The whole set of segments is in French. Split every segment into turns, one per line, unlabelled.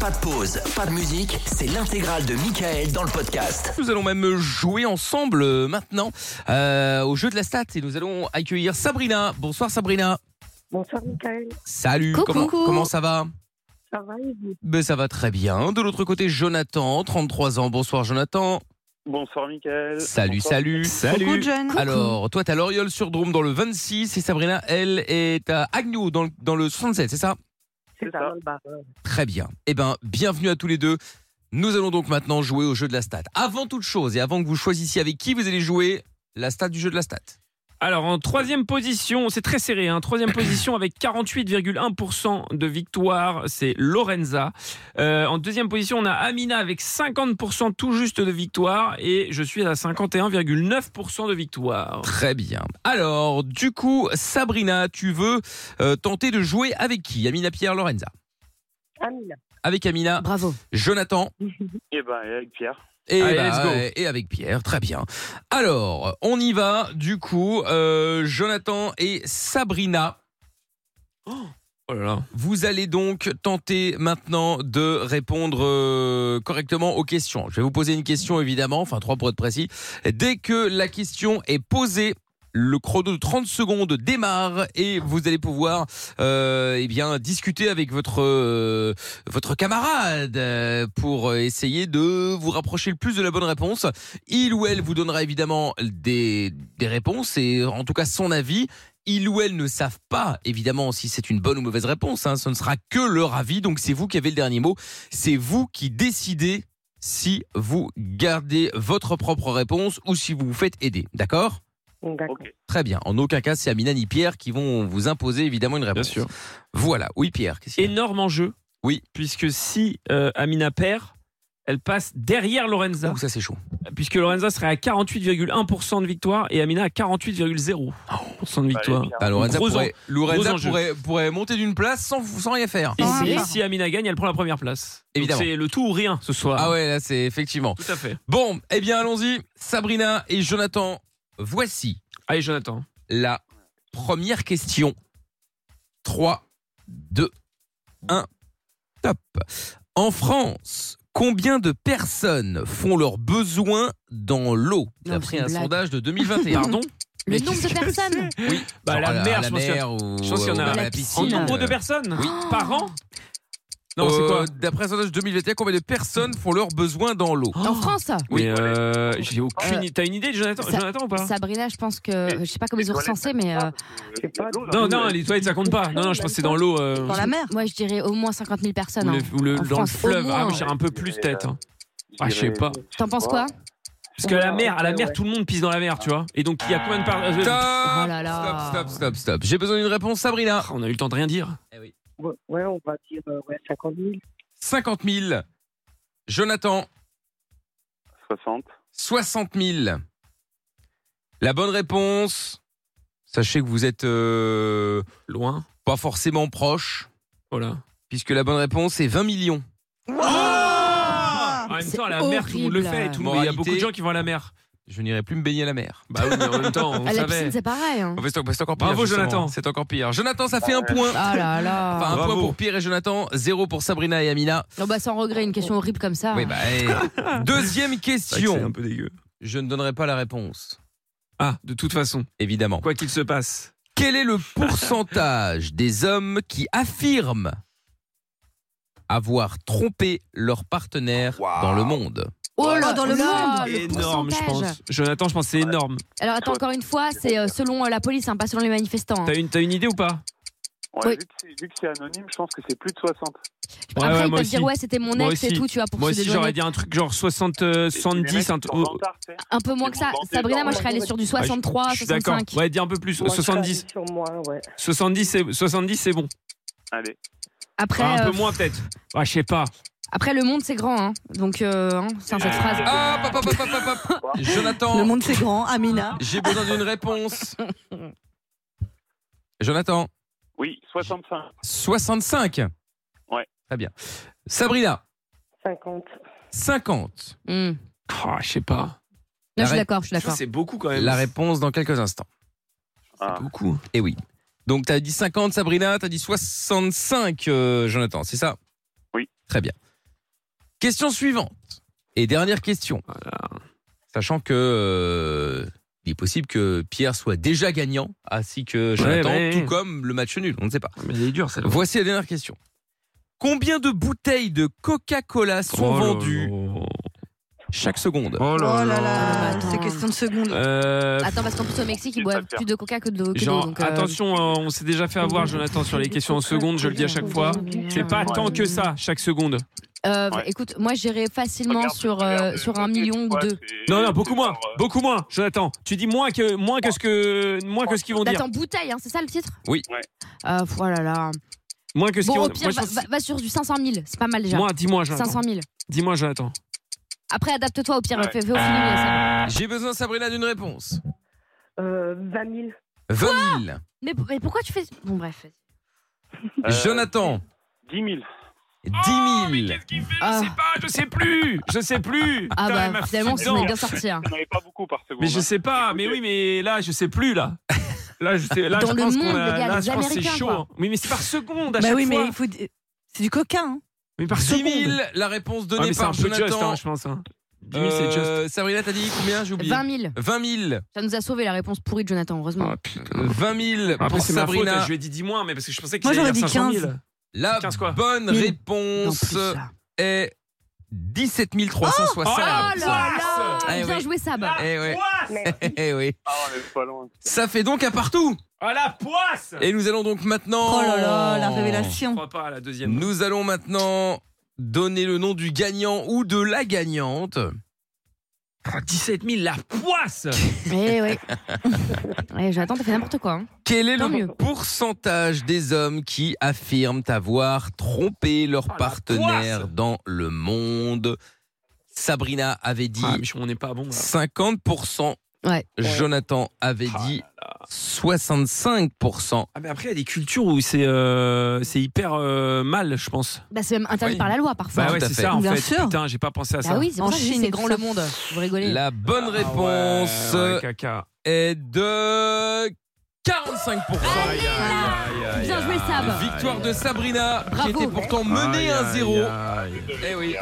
Pas de pause, pas de musique, c'est l'intégrale de Michael dans le podcast.
Nous allons même jouer ensemble euh, maintenant euh, au jeu de la stat et nous allons accueillir Sabrina. Bonsoir Sabrina.
Bonsoir Michael,
Salut,
Coucou.
comment, comment ça va
ça va et vous
ben, Ça va très bien. De l'autre côté, Jonathan, 33 ans. Bonsoir Jonathan.
Bonsoir Mickaël.
Salut,
Euh, Bonsoir.
salut.
Coucou John.
Alors, toi, t'es à Loriol sur Drôme dans le 26 et Sabrina, elle, est à Agnew dans le, dans le 67, c'est ça
C'est
C'est
ça,
ça.
dans le bar.
Très bien. Eh ben, bienvenue à tous les deux. Nous allons donc maintenant jouer au jeu de la stat. Avant toute chose et avant que vous choisissiez avec qui vous allez jouer, la stat du jeu de la stat.
Alors en troisième position, c'est très serré, hein, troisième position avec 48,1% de victoire, c'est Lorenza. Euh, en deuxième position, on a Amina avec 50% tout juste de victoire et je suis à 51,9% de victoire.
Très bien. Alors, du coup, Sabrina, tu veux euh, tenter de jouer avec qui Amina Pierre Lorenza.
Amina,
Avec Amina,
Bravo.
Jonathan
Et ben avec Pierre.
et,
Allez,
bah,
let's go.
ouais, et avec Pierre. Très bien. Alors, on y va. Du coup, euh, Jonathan et Sabrina,
Oh là là.
vous allez donc tenter maintenant de répondre euh, correctement aux questions. Je vais vous poser une question, évidemment, enfin trois pour être précis. Dès que la question est posée, le chrono de 30 secondes démarre et vous allez pouvoir euh, eh bien discuter avec votre euh, votre camarade euh, pour essayer de vous rapprocher le plus de la bonne réponse. Il ou elle vous donnera évidemment des, des réponses et en tout cas son avis. Ils ou elles ne savent pas, évidemment, si c'est une bonne ou mauvaise réponse. hein. ce ne sera que leur avis. Donc, c'est vous qui avez le dernier mot. C'est vous qui décidez si vous gardez votre propre réponse ou si vous vous faites aider. D'accord
d'accord.
Ok.
Très bien. En aucun cas, c'est Amina ni Pierre qui vont vous imposer évidemment une réponse.
sûr.
Voilà. Oui, Pierre. qu'est-ce qu'il y a
Énorme enjeu.
Oui.
Puisque si euh, Amina perd, elle passe derrière Lorenza,
Ouh, ça c'est chaud.
puisque Lorenza serait à 48,1% de victoire et Amina à 48,0% de victoire.
Allez, Pierre.
Bah, Lorenza,
Ah, Gros
pourrait, Lorenza
gros enjeu.
pourrait, pourrait monter d'une place sans, sans rien faire.
Et
Ah,
si,
oui.
si Amina gagne, elle prend la première place. Donc
Évidemment.
C'est le tout ou rien ce soir.
Ah ouais, là c'est effectivement.
Tout à fait.
Bon, eh bien allons-y. Sabrina et Jonathan, voici
Allez, Jonathan.
la première question. 3, 2, 1. Top. En France, combien de personnes font leurs besoins dans l'eau
Non, c'est
D'après
une
un
blague.
sondage de 2021.
Pardon
Le
Mais
nombre de
qu'est-ce que
personnes
Oui,
Bah, la
à
mer,
à
je pense qu'il y a-
mer ou
je pense qu'il y en
ou
a
même à
la piscine.
En
Si,
nombre
euh,
de personnes
oui.
Par an Non, c'est quoi
Euh, D'après un sondage 2021, combien de personnes font leurs besoins dans l'eau
En France
Oui, Oh euh, j'ai aucune idée. T'as une idée, Jonathan,
ça-
Jonathan ou pas
Sabrina, je pense que. Je sais pas comment
Les
ils ont
toilettes,
recensé,
ça compte
mais. euh,
parce que
C'est
il y a
pas-
de l'eau, là.
Non, non, les toilettes, ça compte pas. Non, non, je pense que c'est dans l'eau. euh,
Dans la mer Moi, je dirais au moins 50 000 personnes.
ou
hein.
le- ou le-
En
dans
France,
le
au
fleuve. Ah,
moins.
moi, j'ai un peu plus tête. hein. Ah, je sais pas.
T'en penses quoi
Parce que à la mer, à la mer, tout le monde pisse dans la mer, tu vois. Et donc, il y a combien de par- euh,
Stop
Oh là là.
Stop, stop, stop, stop. J'ai besoin d'une réponse, Sabrina.
Ah, On a eu le temps de rien dire.
Ouais, ouais, on va dire euh, ouais, 50 000.
50 000. Jonathan,
60.
60 000. La bonne réponse. Sachez que vous êtes euh,
Loin.
pas forcément proche,
Voilà.
puisque la bonne réponse est 20 millions.
en même
Ah, C'est
temps, à la mer, tout le monde le fait. et tout le monde- Il y a
Moralité.
beaucoup de gens qui vont à la mer.
Je n'irai plus me baigner à la mer.
Bah oui, mais en même temps, on
À Ah, la
savait.
piscine, c'est pareil. hein.
En fait, Bah, c'est c'est encore pire.
Bravo,
justement.
Jonathan.
C'est encore pire. Jonathan, ça fait un point.
Ah là là.
Enfin, un
Bravo.
point pour Pierre et Jonathan, zéro pour Sabrina et Amina.
Non, bah, sans regret, une question horrible comme ça.
Oui, bah, eh. Deuxième
C'est vrai que c'est
question.
peu dégueu.
Je ne donnerai pas la réponse,
Ah, de toute façon,
évidemment.
quoi qu'il se passe.
Quel est le pourcentage des hommes qui affirment avoir trompé leur partenaire dans le monde
Oh là, dans le
là,
monde le
énorme, je
pourcentage.
pense. Jonathan, je pense que c'est énorme.
Alors attends, encore une fois, c'est euh, selon euh, la police, hein, pas selon les manifestants. hein.
T'as une, t'as une idée ou pas
Ouais,
Oui.
vu, que c'est, vu que c'est anonyme, je pense que c'est plus de 60.
Ouais,
Après,
ouais,
ils
moi
peuvent dire
aussi.
ouais, c'était mon
Moi
ex et
aussi.
tout, tu vois, pour
Moi
se
aussi,
dédouaner.
j'aurais dit un truc genre 60, euh,
Les mecs
70, un,
sont en retard, tu sais.
Un peu moins que ça. Sabrina, moi, je serais allée sur du 63,
je suis d'accord.
65.
Ouais, dis un peu plus.
Moi, je
70,
parie Sur moi, ouais.
70, c'est, 70, c'est bon.
Allez.
Après,
Ah, un
euh,
peu moins peut-être. Ah, je sais pas.
après, le monde, c'est grand, hein. Donc, euh, hein, c'est cette phrase.
Ah, hop, hop, hop, hop, hop, hop, hop.
Le
Jonathan,
monde c'est grand, Amina.
j'ai besoin d'une réponse. Jonathan,
Oui, 65.
65.
Ouais.
Très bien. Sabrina,
50.
50.
Hmm. Non,
Ah, je sais pas.
La
je suis
ré-
d'accord, je suis
Je trouve que
d'accord.
C'est beaucoup quand même.
La réponse dans quelques instants.
Ah.
Beaucoup.
Et Eh oui. Donc, t'as dit 50, Sabrina, t'as dit 65, euh, Jonathan, c'est ça
Oui.
Très bien. Question suivante. Et dernière question. Sachant que euh, il est possible que Pierre soit déjà gagnant, ainsi que Jonathan,
ouais, ouais.
tout comme le match nul, on ne sait pas.
Mais elle est dure celle-là.
Voici la dernière question. Combien de bouteilles de Coca-Cola sont
Oh là
vendues
là.
chaque seconde
Oh là
Oh là
là.
là, c'est question de seconde.
Euh,
Attends, parce qu'en plus au Mexique, ils
Je vais pas
boivent
le faire.
plus de coca que de- que d'eau.
Jean,
donc, euh,
attention, euh, on s'est déjà fait avoir, Jonathan, sur les questions en seconde, je le dis à chaque fois. C'est pas tant que ça, chaque seconde.
euh,
Ouais.
écoute, moi j'irais facilement sur, euh, sur un million ou deux.
Non, non, beaucoup moins, beaucoup moins, Jonathan. Tu dis moins que, moins que ce que, moins que ce qu'ils vont dire.
Attends, bouteille, hein, c'est ça le titre
Oui.
Ouais.
Euh, pff, oh là là.
Moins que ce qu'ils
Bon,
vont
au pire,
Moi,
va,
je pense-
va- va sur du 500 000, c'est pas mal déjà.
Moi, dis-moi, Jonathan.
500 000.
Dis-moi, Jonathan.
Après, adapte-toi au pire,
Ouais.
fais, fais au
Ah.
feeling. ça.
J'ai besoin, Sabrina, d'une réponse.
Euh, 20 000.
20 000.
Mais, mais pourquoi tu fais. Bon, bref.
Euh,
Jonathan,
10 000.
10 000.
Ah.
Je sais pas, je sais plus, je sais plus.
Ah
Putain, elle m'a
bah,
foutu
finalement, ça
dedans.
m'est bien sorti. hein.
Il n'y en avait pas beaucoup par seconde.
Mais je
hein.
sais pas, mais oui, mais là, je sais plus, là. Là, je, sais, là,
Dans
je
le
pense
monde,
qu'on a-
les gars,
là,
les
je pense que c'est
Américains,
chaud.
quoi.
hein. Oui, mais c'est par seconde à
Bah
chaque
oui,
fois.
mais il faut. C'est du coquin. Hein.
Oui, par
10
seconde.
000, la réponse
Ah,
donnée
mais c'est un
par
peu
Jonathan.
just, hein, je pense. hein. 10 000, c'est just.
Euh, Sabrina, t'as dit combien J'ai oublié.
20 000.
20 000.
Ça nous a sauvé la réponse pourrie de Jonathan, heureusement.
Ah, putain.
20 000
Après,
pour
c'est ma faute, hein.
Sabrina.
je lui ai dit 10 moins, mais parce que je pensais que
Moi,
c'était
j'aurais dit
500 000.
15.
La
15 quoi.
bonne
Mille.
Non, plus,
réponse
ça.
est 17
Oh
Oh
360.
là
la
là Ah.
classe
Eh
Bien
oui.
joué, Sab.
Eh ouais.
Merci.
Eh oui.
Ah, on est pas loin.
Ça fait donc à partout.
Ah la poisse
Et nous allons donc maintenant.
Oh là là, la
Je
révélation.
crois pas à la deuxième.
Nous allons maintenant donner le nom du gagnant ou de la gagnante.
Oh, 17 000, la poisse
Eh ouais. ouais Jonathan, t'as fait n'importe quoi. hein.
Quel est
Tant
le
mieux.
pourcentage des hommes qui affirment avoir trompé leur
Oh, la
partenaire
poisse
dans le monde Sabrina avait dit
Ah, mais on n'est pas bon là.
50%.
Ouais.
Jonathan avait
Ah
dit 65%.
Ah, mais après, il y a des cultures où c'est euh, c'est hyper euh, mal, je pense.
Bah, c'est même interdit
Oui.
par la loi parfois.
Bah
tout
ouais,
à
c'est
fait.
ça en
Bien
fait.
sûr.
Putain, j'ai pas pensé à ça.
Bah oui, c'est pour
En
ça que je dis,
Chine,
c'est grand
ça.
le monde. Vous rigolez.
La bonne
Ah
réponse
ouais, ouais, caca.
est de 45%.
Ah,
Aïe, aïe, aïe, aïe,
Bien joué,
aïe.
Sab.
Victoire de Sabrina, qui
ah bah. Bravo.
était pourtant menée
Aïe,
1-0.
aïe, aïe.
Eh oui.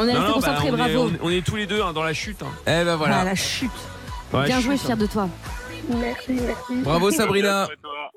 On est
Non,
resté
non, bah,
concentrés,
on est-
bravo.
on est- On est tous les deux hein, dans la chute. hein.
Eh
Voilà.
ben
Bah,
voilà.
la chute.
Dans la
Bien joué,
chute,
fier
hein.
de toi.
Merci, merci.
Bravo Sabrina.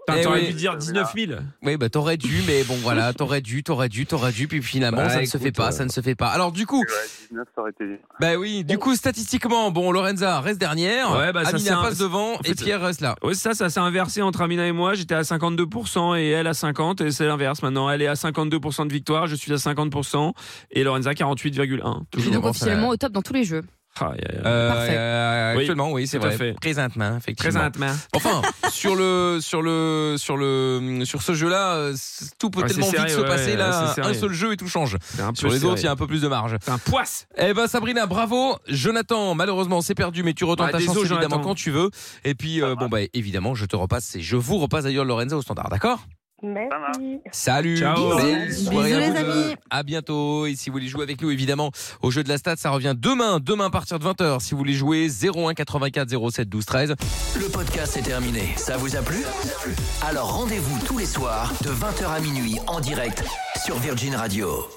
Putain,
Eh
T'aurais
oui.
dû dire 19 000.
Oui, bah t'aurais dû, mais bon voilà, t'aurais dû, t'aurais dû, t'aurais dû, puis finalement
Bah,
ça ne se
écoute,
fait pas,
euh,
ça ne se fait pas. Alors du coup,
Ouais, 19, ça aurait été.
bah oui, du coup statistiquement, bon Lorenza reste dernière,
Ouais, bah, ça, c'est
Amina
un-
passe devant
fait,
et Pierre reste là.
Ouais, ça, ça s'est inversé entre Amina et moi. J'étais à 52% et elle à 50%. Et c'est l'inverse maintenant. Elle est à 52% de victoire. Je suis à 50%. Et Lorenza, 48,1.
Je suis
Évidemment,
donc
ça-
officiellement au top dans tous les jeux.
Ah, aïe, aïe, aïe.
Euh,
Parfait.
euh,
Oui,
actuellement, oui, c'est
tout à
vrai.
fait.
Présentement, effectivement.
Très honnêtement.
Enfin, sur le, sur le, sur le, sur ce jeu-là, euh, c- tout peut
Ouais,
tellement
c'est serré,
vite se
ouais,
passer
ouais,
là.
c'est serré.
Un seul jeu et tout change.
C'est un peu
Sur les
serré.
autres, il y a un peu plus de marge.
C'est un poisse.
Eh ben Sabrina, bravo. Jonathan, malheureusement, c'est perdu, mais tu
Bah,
retentes
Ah,
ta chance
désolé,
évidemment
Jonathan.
quand tu veux. Et puis, euh, bon bah évidemment, je te repasse et je vous repasse d'ailleurs Lorenza au standard, d'accord
Merci.
Salut.
Ciao.
Belle
Bisous.
soirée à
Bisous,
vous
les
deux.
amis.
À bientôt. Et si vous voulez jouer avec nous, évidemment, au jeu de la stade, ça revient demain, demain à partir de 20h. Si vous voulez jouer, 01 84 07 12 13.
Le podcast est terminé. Ça vous a plu Alors rendez-vous tous les soirs de 20h à minuit en direct sur Virgin Radio.